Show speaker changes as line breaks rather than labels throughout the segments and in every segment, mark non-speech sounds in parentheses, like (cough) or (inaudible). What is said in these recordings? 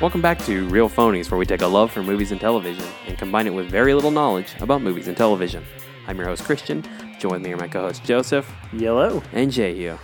Welcome back to Real Phonies, where we take a love for movies and television and combine it with very little knowledge about movies and television. I'm your host, Christian. Join me are my co hosts, Joseph
Yellow.
and Jay Hugh.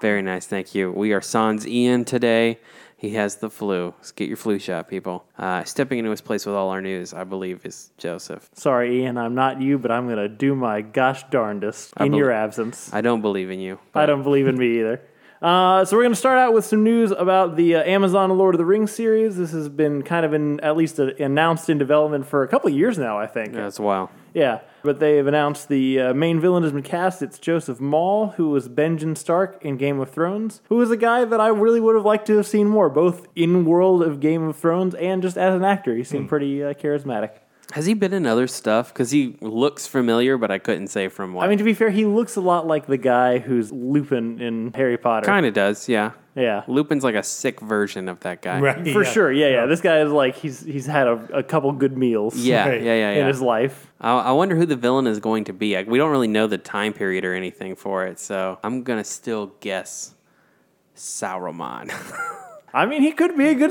Very nice, thank you. We are sans Ian today. He has the flu. Let's get your flu shot, people. Uh, stepping into his place with all our news, I believe, is Joseph.
Sorry, Ian, I'm not you, but I'm going to do my gosh darndest in
bel-
your absence.
I don't believe in you.
I don't believe in me (laughs) either. Uh, so we're going to start out with some news about the uh, Amazon Lord of the Rings series. This has been kind of in at least uh, announced in development for a couple of years now, I think.
That's wild.
Yeah, but they have announced the uh, main villain has been cast. It's Joseph Maul, who was Benjen Stark in Game of Thrones, who is a guy that I really would have liked to have seen more, both in world of Game of Thrones and just as an actor. He seemed pretty uh, charismatic.
Has he been in other stuff? Because he looks familiar, but I couldn't say from what.
I mean, to be fair, he looks a lot like the guy who's Lupin in Harry Potter.
kind of does, yeah.
yeah.
Lupin's like a sick version of that
(laughs)
guy.
Right.
For sure, yeah, yeah. This guy is like he's he's had a, a couple good meals,
Yeah,
Right.
yeah, yeah,
in
yeah.
his life.
I, I wonder who the villain is going to be. I, we don't really know the time period or anything for it, so I'm gonna still guess Sauron.
I mean, he could be a good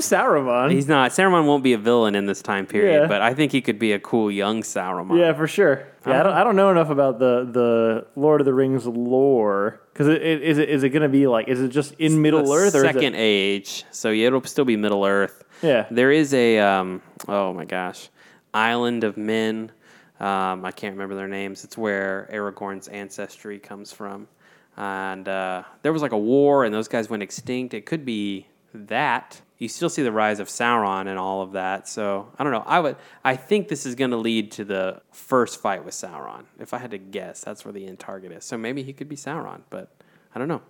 (laughs)
Sauron.
He's not. Sauron won't be a villain in this time period,
Yeah.
but I think he could be a cool young Sauron.
Yeah, for sure. Yeah, I don't, I don't know enough about the, the Lord of the Rings lore because it, it, is it is it going to be like is it just in Middle
A
Earth or is
second
it,
age, so yeah, it'll still be Middle Earth.
Yeah.
there is a um, oh my gosh, Island of Men. Um, I can't remember their names. It's where Aragorn's ancestry comes from, and uh, there was like a war, and those guys went extinct. It could be that. You still see the rise of Sauron and all of that. So I don't know. I would. I think this is going to lead to the first fight with Sauron. If I had to guess, that's where the end target is. So maybe he could be Sauron, but I don't know.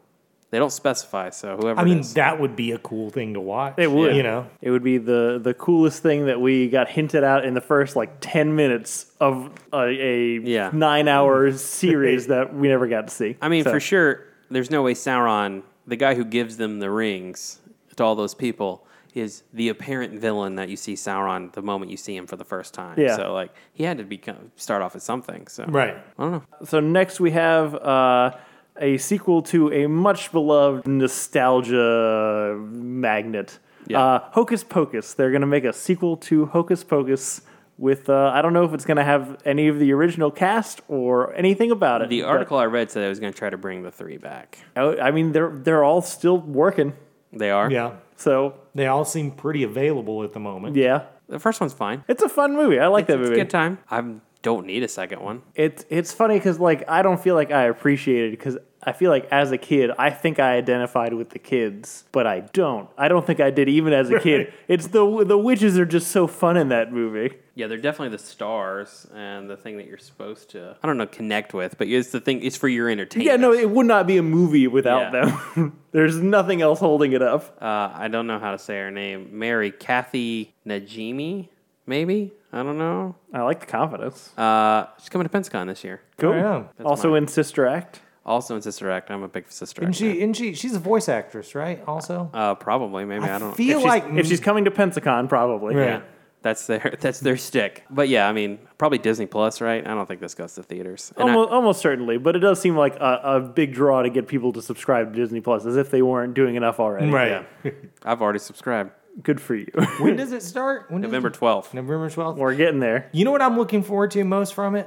They don't specify, so whoever.
I
it
mean,
is.
that would be a cool thing to watch.
it would
You know?
it would be the the coolest thing that we got hinted at in the first like ten minutes of a, a
Yeah.
nine hour series that we never got to see.
I mean,
So,
for sure, there's no way Sauron, the guy who gives them the rings to all those people, is the apparent villain that you see Sauron the moment you see him for the first time.
Yeah.
So like, he had to become start off as something. So
Right.
I don't know.
So next we have. Uh, a sequel to a much beloved nostalgia magnet.
Yeah.
Uh, Hocus Pocus. They're going to make a sequel to Hocus Pocus with, uh, I don't know if it's going to have any of the original cast or anything about it.
The
but-
article I read said I was going to try to bring the three back.
I I mean, they're, they're all still working.
They are.
Yeah.
So,
They all seem pretty available at the moment.
yeah.
The first one's fine.
It's a fun movie. I like that
It's a
movie.
good time. I don't need a second one.
It's it's funny because like I don't feel like I appreciated because I feel like as a kid I think I identified with the kids, but I don't. I don't think I did even as a (laughs) kid. It's the the witches are just so fun in that movie.
Yeah, they're definitely the stars and the thing that you're supposed to. I don't know, connect with, but it's the thing. It's for your entertainment.
Yeah, no, it would not be a movie without
Yeah.
them. (laughs) There's nothing else holding it up.
uh, I don't know how to say her name. Mary Kathy Najimi, maybe? I don't know.
I like the confidence.
Uh, she's coming to PensaCon this year.
Cool.
yeah. That's
Also in Sister Act.
Also in Sister Act. I'm a big Sister Act.
And she,
fan.
and she, she's a voice actress, right? Also,
Uh, probably, maybe. I, don't
feel
If she's,
like
if she's coming to Pensacon, probably.
Right.
Yeah. That's their (laughs) that's their stick. But yeah, I mean, probably Disney Plus, right? I don't think this goes to theaters. And I-
Almost, almost certainly, but it does seem like a, a big draw to get people to subscribe to Disney Plus, as if they weren't doing enough already.
right.
I've already subscribed.
Good for you. (laughs)
When does it start? When does
November
it-
12th.
November twelfth.
We're getting there.
You know what I'm looking forward to most from it?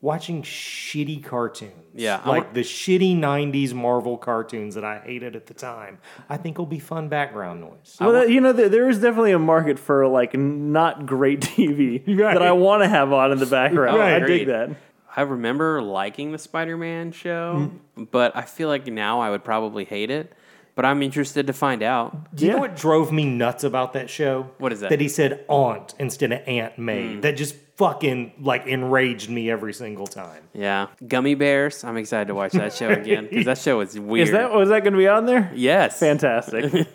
Watching shitty cartoons.
Yeah, I
Like
want-
the shitty 90s Marvel cartoons that I hated at the time. I think will be fun background noise.
Well, you know, there, there is definitely a market for like not great (laughs) TV
Right.
that I want to have on in (laughs) the background.
Right.
I dig
Agreed.
that.
I remember liking the Spider-Man show,
Mm.
but I feel like now I would probably hate it. But I'm interested to find out.
Do you
Yeah.
know what drove me nuts about that show?
What is that? Mm.
That he said aunt instead of Aunt May. That just fucking like enraged me every single time.
Yeah, Gummy Bears. I'm excited to watch that show again because that show (laughs) is weird.
Is that was that going to be on there?
yes?
(laughs) Fantastic.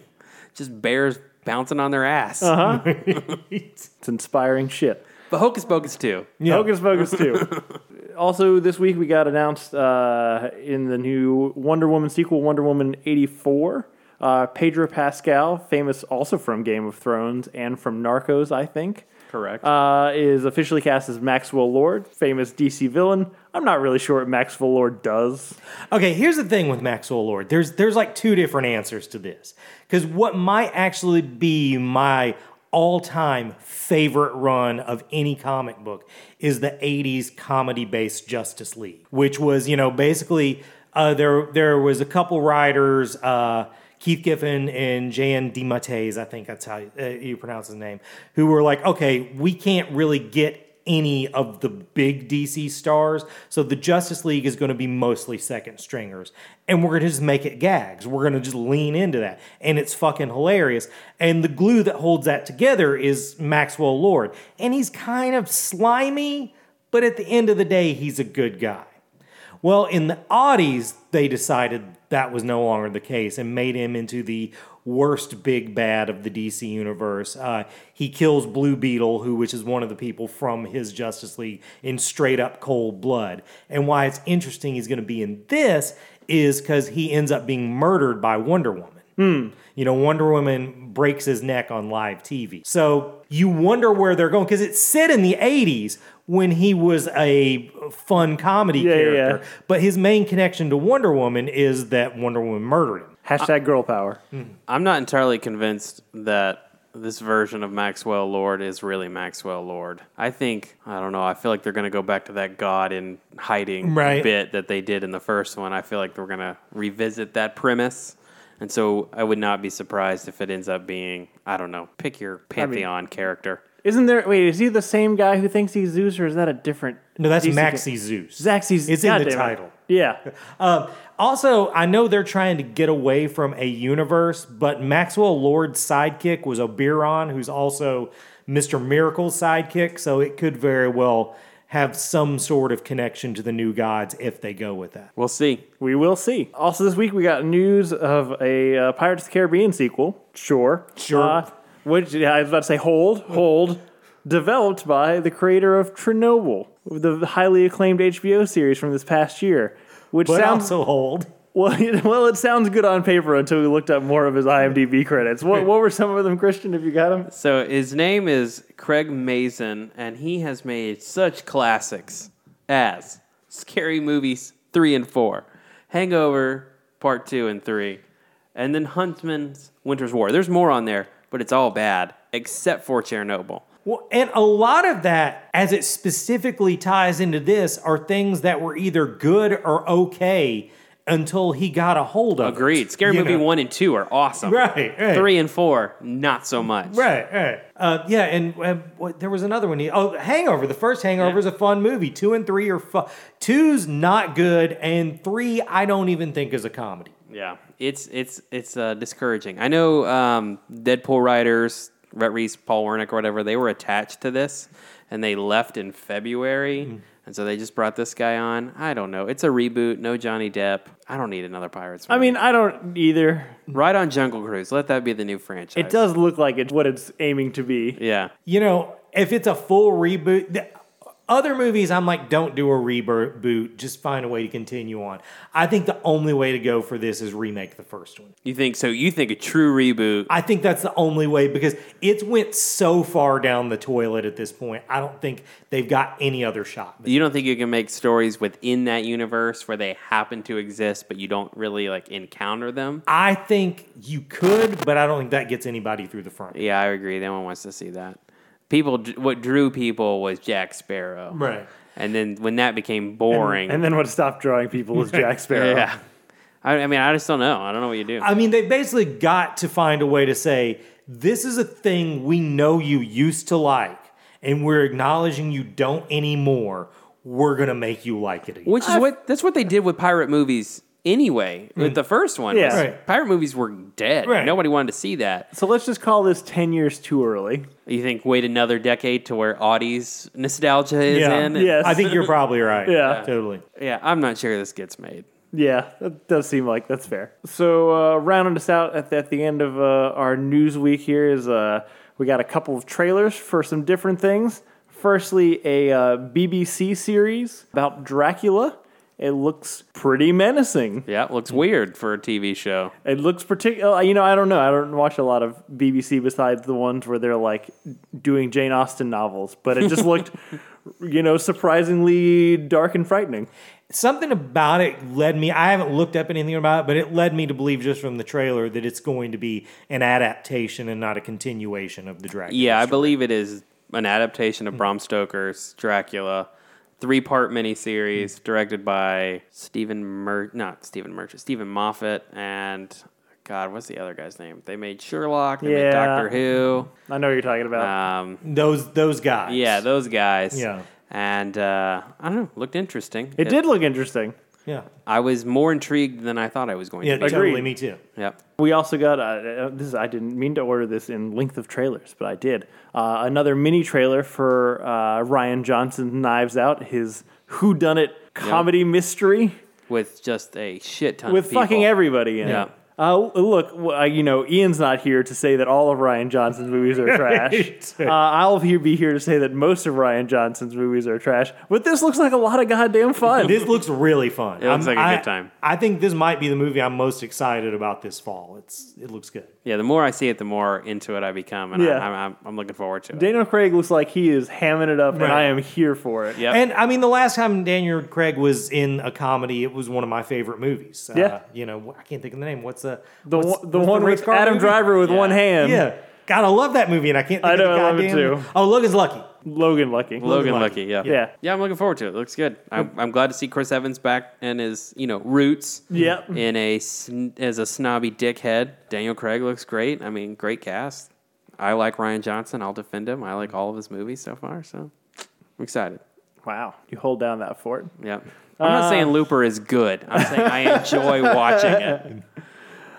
Just bears bouncing on their ass.
it's inspiring shit.
But Hocus Pocus too.
Hocus Pocus 2. (laughs) also, this week we got announced uh, in the new Wonder Woman sequel, Wonder Woman 84. Uh, Pedro Pascal, famous also from Game of Thrones and from Narcos, I think,
Correct.
uh, is officially cast as Maxwell Lord, famous DC villain. I'm not really sure what Maxwell Lord does.
Okay, here's the thing with Maxwell Lord. There's there's like two different answers to this. Cuz what might actually be my all-time favorite run of any comic book is the 80s comedy-based Justice League, which was, you know, basically uh, there there was a couple writers uh Keith Giffen and Jan DeMatteis, I think that's how uh, you pronounce his name, who were like, okay, we can't really get any of the big DC stars. So the Justice League is going to be mostly second stringers. And we're going to just make it gags. We're going to just lean into that. And it's fucking hilarious. And the glue that holds that together is Maxwell Lord. And he's kind of slimy, but at the end of the day, he's a good guy. Well, in the oddies, they decided that was no longer the case and made him into the worst big bad of the DC universe. Uh, he kills Blue Beetle, who which is one of the people from his Justice League, in straight up cold blood. And why it's interesting he's going to be in this is because he ends up being murdered by Wonder Woman. You know, Wonder Woman breaks his neck on live TV. So you wonder where they're going because it's set in the 80s when he was a fun comedy
yeah,
character.
yeah.
But his main connection to Wonder Woman is that Wonder Woman murdered him.
Hashtag girl power.
I'm not entirely convinced that this version of Maxwell Lord is really Maxwell Lord. I think I don't know. I feel like they're going to go back to that God in hiding
Right.
bit that they did in the first one. I feel like they're going to revisit that premise. And so I would not be surprised if it ends up being I don't know. Pick your pantheon character.
Isn't there? Wait, is he the same guy who thinks he's Zeus, or is that a different?
No, that's
DC
Maxie Zeus.
Zaxxy's.
It's in the
goddamn it.
title. (laughs)
Yeah,
Um, also, I know they're trying to get away from a universe, but Maxwell Lord's sidekick was Oberon, who's also Mr. Miracle's sidekick, so it could very well have some sort of connection to the new gods if they go with that.
We'll see.
we will see. Also, this week we got news of a uh, Pirates of the Caribbean sequel. Sure,
Sure.
Uh, which yeah, I was about to say, hold, hold. developed by the creator of Chernobyl, the highly acclaimed HBO series from this past year, which
But
sounds
also hold.
(laughs) Well, it, well, it sounds good on paper until we looked up more of his IMDb credits. What, what were some of them, Christian? Have you got them?
So his name is Craig Mazin, and he has made such classics as Scary Movies 3 and 4, Hangover Part 2 and 3, and then Huntsman's Winter's War. There's more on there, but it's all bad, except for Chernobyl.
Well, and a lot of that, as it specifically ties into this, are things that were either good or okay until he got a hold of it.
Agreed. Scary
You
Movie
know.
1 and 2 are awesome.
Right, right.
3 and 4, not so much.
Right, right. Uh, yeah, and uh, what, there was another one. Oh, Hangover. The first Hangover is a fun movie. Two and three are fun. Two's not good, and three I don't even think is a comedy.
Yeah, it's it's it's uh, discouraging. I know um, Deadpool writers, Rhett Reese, Paul Wernick, or whatever, they were attached to this, and they left in February,
Mm-hmm.
and so they just brought this guy on. I don't know. It's a reboot. No Johnny Depp. I don't need another Pirates.
I mean, I don't either.
right on Jungle Cruise. Let that be the new franchise.
It does look like it's what it's aiming to be.
Yeah.
You know, if it's a full reboot, th- other movies I'm like, don't do a reboot. Just find a way to continue on. I think the only way to go for this is remake the first one.
You think so? You think a true reboot?
I think that's the only way because it's went so far down the toilet at this point. I don't think they've got any other shot.
You don't think you can make stories within that universe where they happen to exist, but you don't really like encounter them?
I think you could, but I don't think that gets anybody through the front.
Yeah, I agree. No one wants to see that. People, what drew people was Jack Sparrow,
Right.
And then when that became boring,
And uh, then what stopped drawing people (laughs) was Jack Sparrow.
yeah. I, I mean, I just don't know. I don't know what you do.
I mean, they basically got to find a way to say, this is a thing we know you used to like, and we're acknowledging you don't anymore. We're going to make you like it again.
Which is what that's what they did with pirate movies anyway. With the first one,
Yeah.
was-
Right.
pirate movies were dead.
Right.
Nobody wanted to see that.
So let's just call this 10 years too early.
You think wait another decade to where Audie's nostalgia is
Yeah.
in?
Yes.
I think you're probably right.
Yeah.
Totally.
yeah. I'm not sure this gets made.
Yeah, that does seem like that's fair. So uh, rounding us out at the, at the end of uh, our news week here is uh, we got a couple of trailers for some different things. Firstly, a uh, BBC series about Dracula, It looks pretty menacing.
Yeah, it looks weird for a TV show.
It looks particular. You know, I don't know. I don't watch a lot of BBC besides the ones where they're like doing Jane Austen novels, but it just looked, (laughs) you know, surprisingly dark and frightening.
Something about it led me, I haven't looked up anything about it, but it led me to believe just from the trailer that it's going to be an adaptation and not a continuation of the Dracula.
Yeah, I believe it is an adaptation
Hmm.
of Bram Stoker's Dracula, three part
Hmm.
miniseries directed by Stephen Mer, not Stephen Merchant, Stephen Moffat, and God, what's the other guy's name? They made Sherlock, they
Yeah.
made Doctor Who.
I know what you're talking about.
Um,
Those those guys.
yeah, those guys.
Yeah.
And uh, I don't know, looked interesting.
it did look interesting.
Yeah.
I was more intrigued than I thought I was going
Yeah,
to. be.
totally. Me too.
Yep.
We also got uh, uh, this. Is, I didn't mean to order this in length of trailers, but I did. Uh, another mini trailer for uh, Ryan Johnson's Knives Out, his Who Done It comedy mystery.
With just a shit ton
with
of people.
fucking everybody in
Yeah.
it. Uh, look, w- uh, you know, Ian's not here to say that all of Ryan Johnson's movies are trash. uh, I'll he- be here to say that most of Ryan Johnson's movies are trash. But this looks like a lot of goddamn fun.
(laughs) This looks really fun. It
looks like a
I,
good time.
I think this might be the movie I'm most excited about this fall. It's it looks good.
Yeah, the more I see it, the more into it I become, and
Yeah.
I, I'm, I'm, I'm looking forward to it.
Daniel Craig looks like he is hamming it up, and
Right.
I am here for it.
Yep.
And I mean, the last time Daniel Craig was in a comedy, it was one of my favorite movies.
Yeah.
Uh, you know, I can't think of the name. What's the
The,
what's-
one, the
what's
one
Race
with
car
Adam
movie?
Driver with one
Yeah.
hand.
Yeah. God, I love that movie, and I can't. Think
I know,
Of the
I love it
goddamn-
too.
Oh, Logan's Lucky.
Logan Lucky.
Logan
Lucky.
Lucky, yeah.
Yeah.
Yeah, I'm looking forward to it. Looks good. I'm, I'm glad to see Chris Evans back and his, you know, roots.
Yep.
In a sn- as a snobby dickhead, Daniel Craig looks great. I mean, great cast. I like Ryan Johnson. I'll defend him. I like all of his movies so far. So I'm excited.
Wow. You hold down that fort.
Yeah. I'm
Uh,
not saying Looper is good. I'm saying I enjoy watching
(laughs)
it.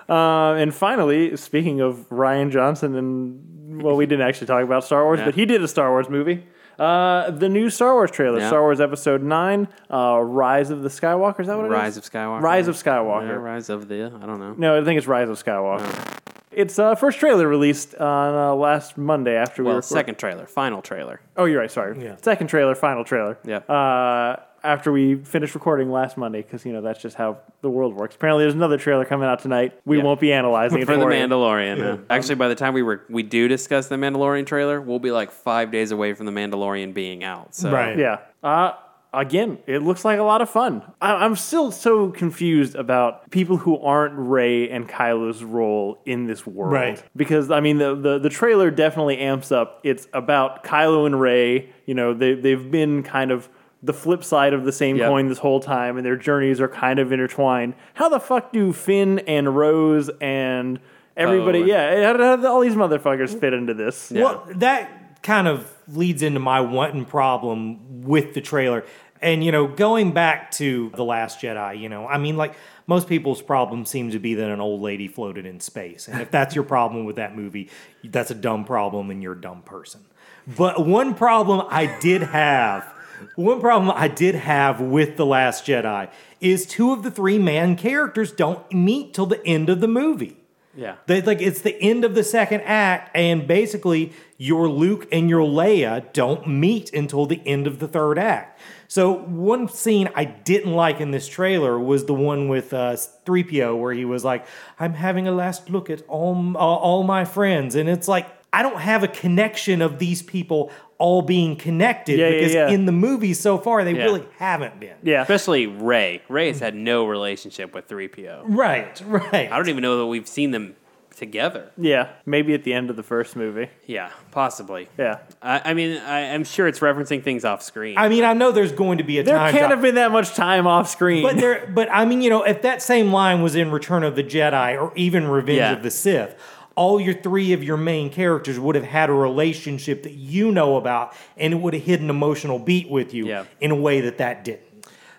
Uh, and finally, speaking of Ryan Johnson, and well, we didn't actually talk about Star Wars, but he did a Star Wars movie. Uh, the new Star Wars trailer,
Yeah.
Star Wars Episode Nine, uh, Rise of the Skywalker. Is that what it is?
Rise of Skywalker.
Rise of
Yeah,
Skywalker.
Rise of the. I don't know.
No, I think it's Rise of Skywalker. It's uh, first trailer released on uh, last Monday after we
Well,
recorded.
second trailer, final trailer.
Oh, you're right. Sorry.
Yeah.
Second trailer, final trailer.
Yeah.
Uh, after we finished recording last Monday, because you know that's just how the world works. Apparently, there's another trailer coming out tonight. We
Yeah.
won't be analyzing
(laughs)
it
for the
you.
Mandalorian. uh, Actually, by the time we were we do discuss the Mandalorian trailer, we'll be like five days away from the Mandalorian being out. So
Right.
Yeah. Uh, again, it looks like a lot of fun. I- I'm still so confused about people who aren't Ray and Kylo's role in this world.
Right.
Because I mean, the the, the trailer definitely amps up. It's about Kylo and Ray. You know, they they've been kind of the flip side of the same
Yep.
coin this whole time, and their journeys are kind of intertwined. How the fuck do Finn and Rose and everybody?
Poe and-
yeah, how, how did all these motherfuckers fit into this?
Well, that kind of leads into my wanton problem with the trailer. And, you know, going back to The Last Jedi, you know, I mean, like, most people's problem seems to be that an old lady floated in space. And if that's your problem with that movie, that's a dumb problem and you're a dumb person. But one problem I did have. One problem I did have with The Last Jedi is two of the three man characters don't meet till the end of the movie.
yeah,
They, like it's the end of the second act, and basically your Luke and your Leia don't meet until the end of the third act. So one scene I didn't like in this trailer was the one with uh, 3PO where he was like, "I'm having a last look at all m- uh, all my friends," and it's like I don't have a connection of these people all being connected
Yeah, yeah,
because
yeah.
in the movie so far they
Yeah.
really haven't been.
Yeah.
especially Ray. Ray has had no relationship with three PO.
Right, right.
I don't even know that we've seen them together.
Yeah, maybe at the end of the first movie.
Yeah, possibly.
Yeah.
I, I mean, I, I'm sure it's referencing things off screen.
I mean, I know there's going to be a
There
time
can't
drop.
have been that much time off screen. (laughs)
But there, but I mean, you know, if that same line was in Return of the Jedi or even Revenge
Yeah.
of the Sith, all your three of your main characters would have had a relationship that you know about, and it would have hit an emotional beat with you
Yeah.
in a way that that didn't.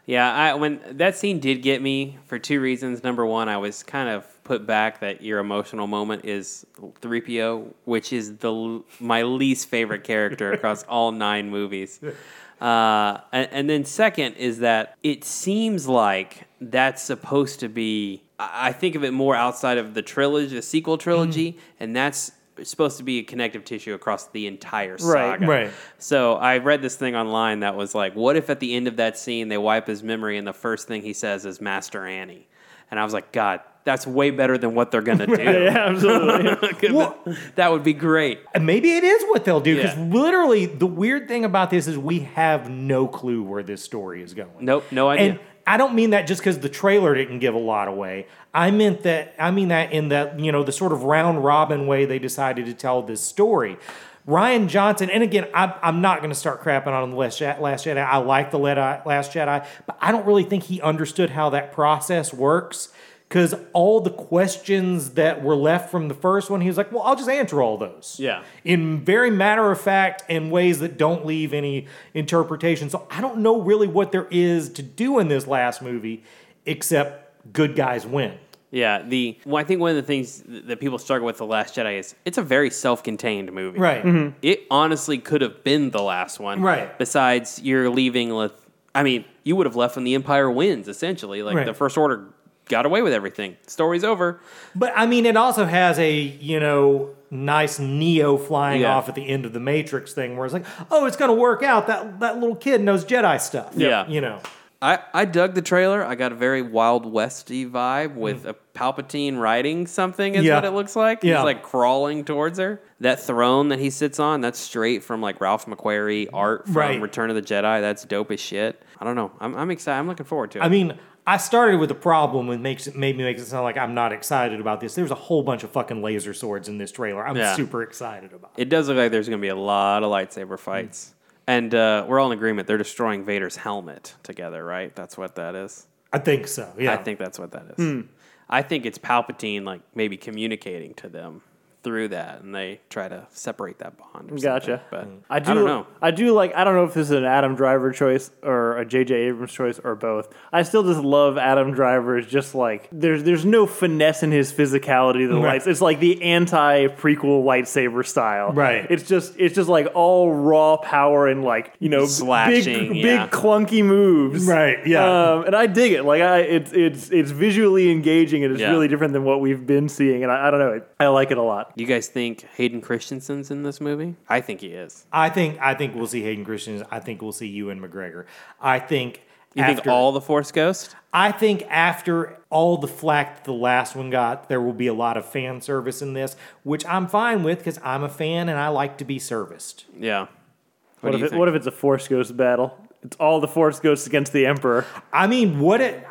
Yeah, I when that scene did get me for two reasons. Number one, I was kind of put back that your emotional moment is 3PO, which is the l- my least favorite character across all nine movies. Uh, and, and then second is that it seems like that's supposed to be. I I think of it more outside of the trilogy, the sequel trilogy, and that's supposed to be a connective tissue across the entire
Right,
saga.
right.
So I read this thing online that was like, what if at the end of that scene they wipe his memory and the first thing he says is Master Annie? And I was like, God, that's way better than what they're
(laughs)
gonna do. (laughs)
Yeah, absolutely.
Well-
that would be great.
And maybe it is what they'll do because
Yeah.
literally the weird thing about this is we have no clue where this story is going.
Nope, no idea.
And I don't mean that just because the trailer didn't give a lot away. I meant that I mean that in that you know the sort of round robin way they decided to tell this story. Ryan Johnson, and again, I, I'm not going to start crapping on the Last Jedi. Last Jedi. I like the Led- Last Jedi, but I don't really think he understood how that process works because all the questions that were left from the first one, he was like, "Well, I'll just answer all those."
Yeah.
in very matter of fact and ways that don't leave any interpretation. So I don't know really what there is to do in this last movie except good guys win.
Yeah, the well, I think one of the things th- that people struggle with the Last Jedi is it's a very self-contained movie.
Right.
It honestly could have been the last one.
Right.
Besides, you're leaving with. I mean, you would have left when the Empire wins. Essentially, like
Right.
the First Order got away with everything. Story's over.
But I mean, it also has a, you know, nice Neo flying
Yeah.
off at the end of the Matrix thing where it's like, oh, it's going to work out. That, that little kid knows Jedi stuff.
Yeah.
You know.
I, I dug the trailer. I got a very Wild Westy vibe with a Palpatine riding something. Is
Hmm. Yeah.
what it looks like.
Yeah.
He's like crawling towards her. That throne that he sits on, that's straight from like Ralph McQuarrie art from
Right.
Return of the Jedi. That's dope as shit. I don't know. I'm, I'm excited. I'm looking forward to it.
I mean, I started with a problem and makes it made me make it sound like I'm not excited about this. There's a whole bunch of fucking laser swords in this trailer. I'm
Yeah.
super excited about.
it does look like there's going to be a lot of lightsaber
Hmm.
fights. And uh, we're all in agreement. They're destroying Vader's helmet together, right? That's what that is.
I think so. Yeah.
I think that's what that is.
Hmm.
I think it's Palpatine, like maybe communicating to them through that, and they try to separate that bond. Or
Gotcha. Hmm.
something. But
I do.
don't know.
I do like. I don't know if this is an Adam Driver choice or a J.J. Abrams choice or both. I still just love Adam Driver's. Just like there's there's no finesse in his physicality. to The
Right.
lights. It's like the anti prequel lightsaber style.
Right.
It's just it's just like all raw power and like you know
Slashing,
big,
yeah.
big clunky moves.
Right, yeah.
Um, and I dig it. Like I, it's it's it's visually engaging and it's
Yeah.
really different than what we've been seeing. And I, I don't know. I like it a lot.
You guys think Hayden Christensen's in this movie? I think he is.
I think I think we'll see Hayden Christensen. I think we'll see Ewan McGregor. I think
You
after,
think all the Force Ghost?
I think after all the flack that the last one got, there will be a lot of fan service in this, which I'm fine with because I'm a fan and I like to be serviced.
Yeah.
What,
do
if
you
it,
think?
what if it's a Force Ghost battle? It's all the Force Ghosts against the Emperor.
I mean, what it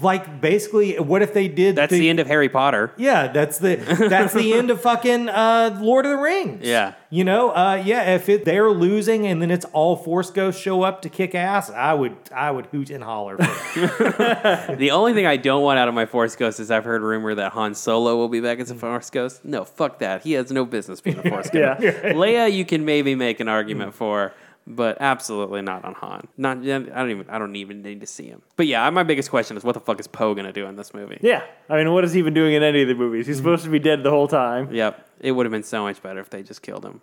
like basically what if they did
That's the end of Harry Potter.
Yeah, that's the that's the
(laughs)
end of fucking uh, Lord of the Rings.
Yeah.
you know, uh, yeah. If it, they're losing and then it's all Force Ghosts show up to kick ass, I would I would hoot and holler.
The only thing I don't want out of my Force Ghost is I've heard rumor that Han Solo will be back as a Force Ghost. No, fuck that. He has no business being
(laughs)
a Force
Hmm. Yeah. Hmm.
Ghost. Leia, you can maybe make an argument for, but absolutely not on Han. Not. I don't even. I don't even need to see him. But yeah, my biggest question is what the fuck is Poe gonna do in this movie?
Yeah. I mean, what is he even doing in any of the movies? He's supposed to be dead the whole time.
Yep. It would have been so much better if they just killed him.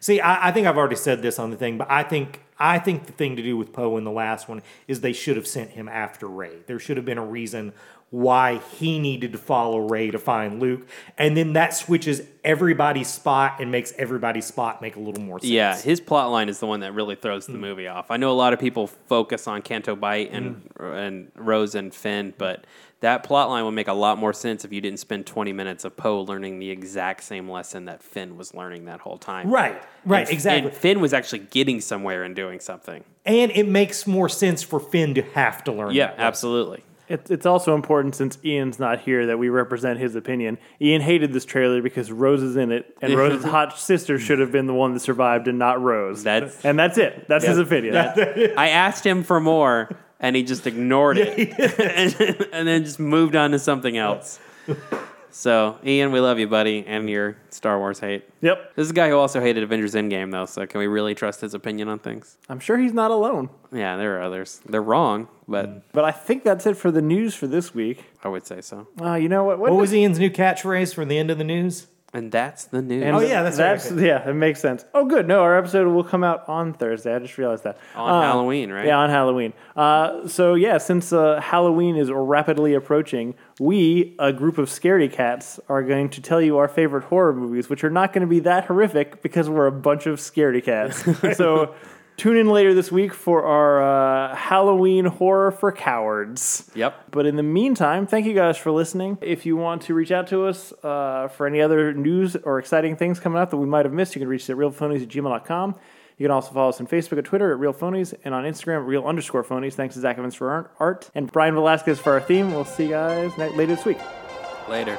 See, I, I think I've already said this on the thing, but I think I think the thing to do with Poe in the last one is they should have sent him after Ray. There should have been a reason why he needed to follow Ray to find Luke, and then that switches everybody's spot and makes everybody's spot make a little more sense. Mm.
Yeah, his plot line is the one that really throws the movie off. I know a lot of people focus on Canto Bite
Mm.
and and Rose and Finn, but that plot line would make a lot more sense if you didn't spend 20 minutes of Poe learning the exact same lesson that Finn was learning that whole time.
Right, right,
And-
exactly.
And Finn was actually getting somewhere and doing something.
and it makes more sense for Finn to have to learn.
Yeah,
that lesson.
absolutely.
It, it's also important since Ian's not here that we represent his opinion. Ian hated this trailer because Rose is in it, (laughs) and Rose's hot sister should have been the one that survived and not Rose.
That's-
and that's it. That's his opinion.
I asked him for more and he just ignored
(laughs)
it and, (laughs) and then just moved on to something
(laughs)
else. So, Ian, we love you, buddy, and your Star Wars hate.
(laughs) yep.
This is a guy who also hated Avengers Endgame, though, so can we really trust his opinion on things?
I'm sure he's not alone.
Yeah, there are others. They're wrong, but
But I think that's it for the news for this week.
I would say so.
Uh, you know what?
What was Ian's new catchphrase from the end of the news?
And that's the news.
And
Oh, yeah, that's right,
that's yeah, it makes sense. Oh, good. No, our episode will come out on Thursday. I just realized that Um,
On Halloween, right?
Yeah, on Halloween. Uh, so yeah, since uh, Halloween is rapidly approaching, we, a group of scaredy cats, are going to tell you our favorite horror movies, which are not going to be that horrific because we're a bunch of scaredy
(laughs)
cats. so tune in later this week for our uh, Halloween horror for cowards.
Yep.
But in the meantime, thank you guys for listening. If you want to reach out to us uh, for any other news or exciting things coming up that we might have missed, you can reach us at realphonies at gmail.com. You can also follow us on Facebook and Twitter at Real Phonies and on Instagram at Real underscore Phonies. Thanks to Zach Evans for our art and Brian Velasquez for our theme. We'll see you guys night, later this week.
Later.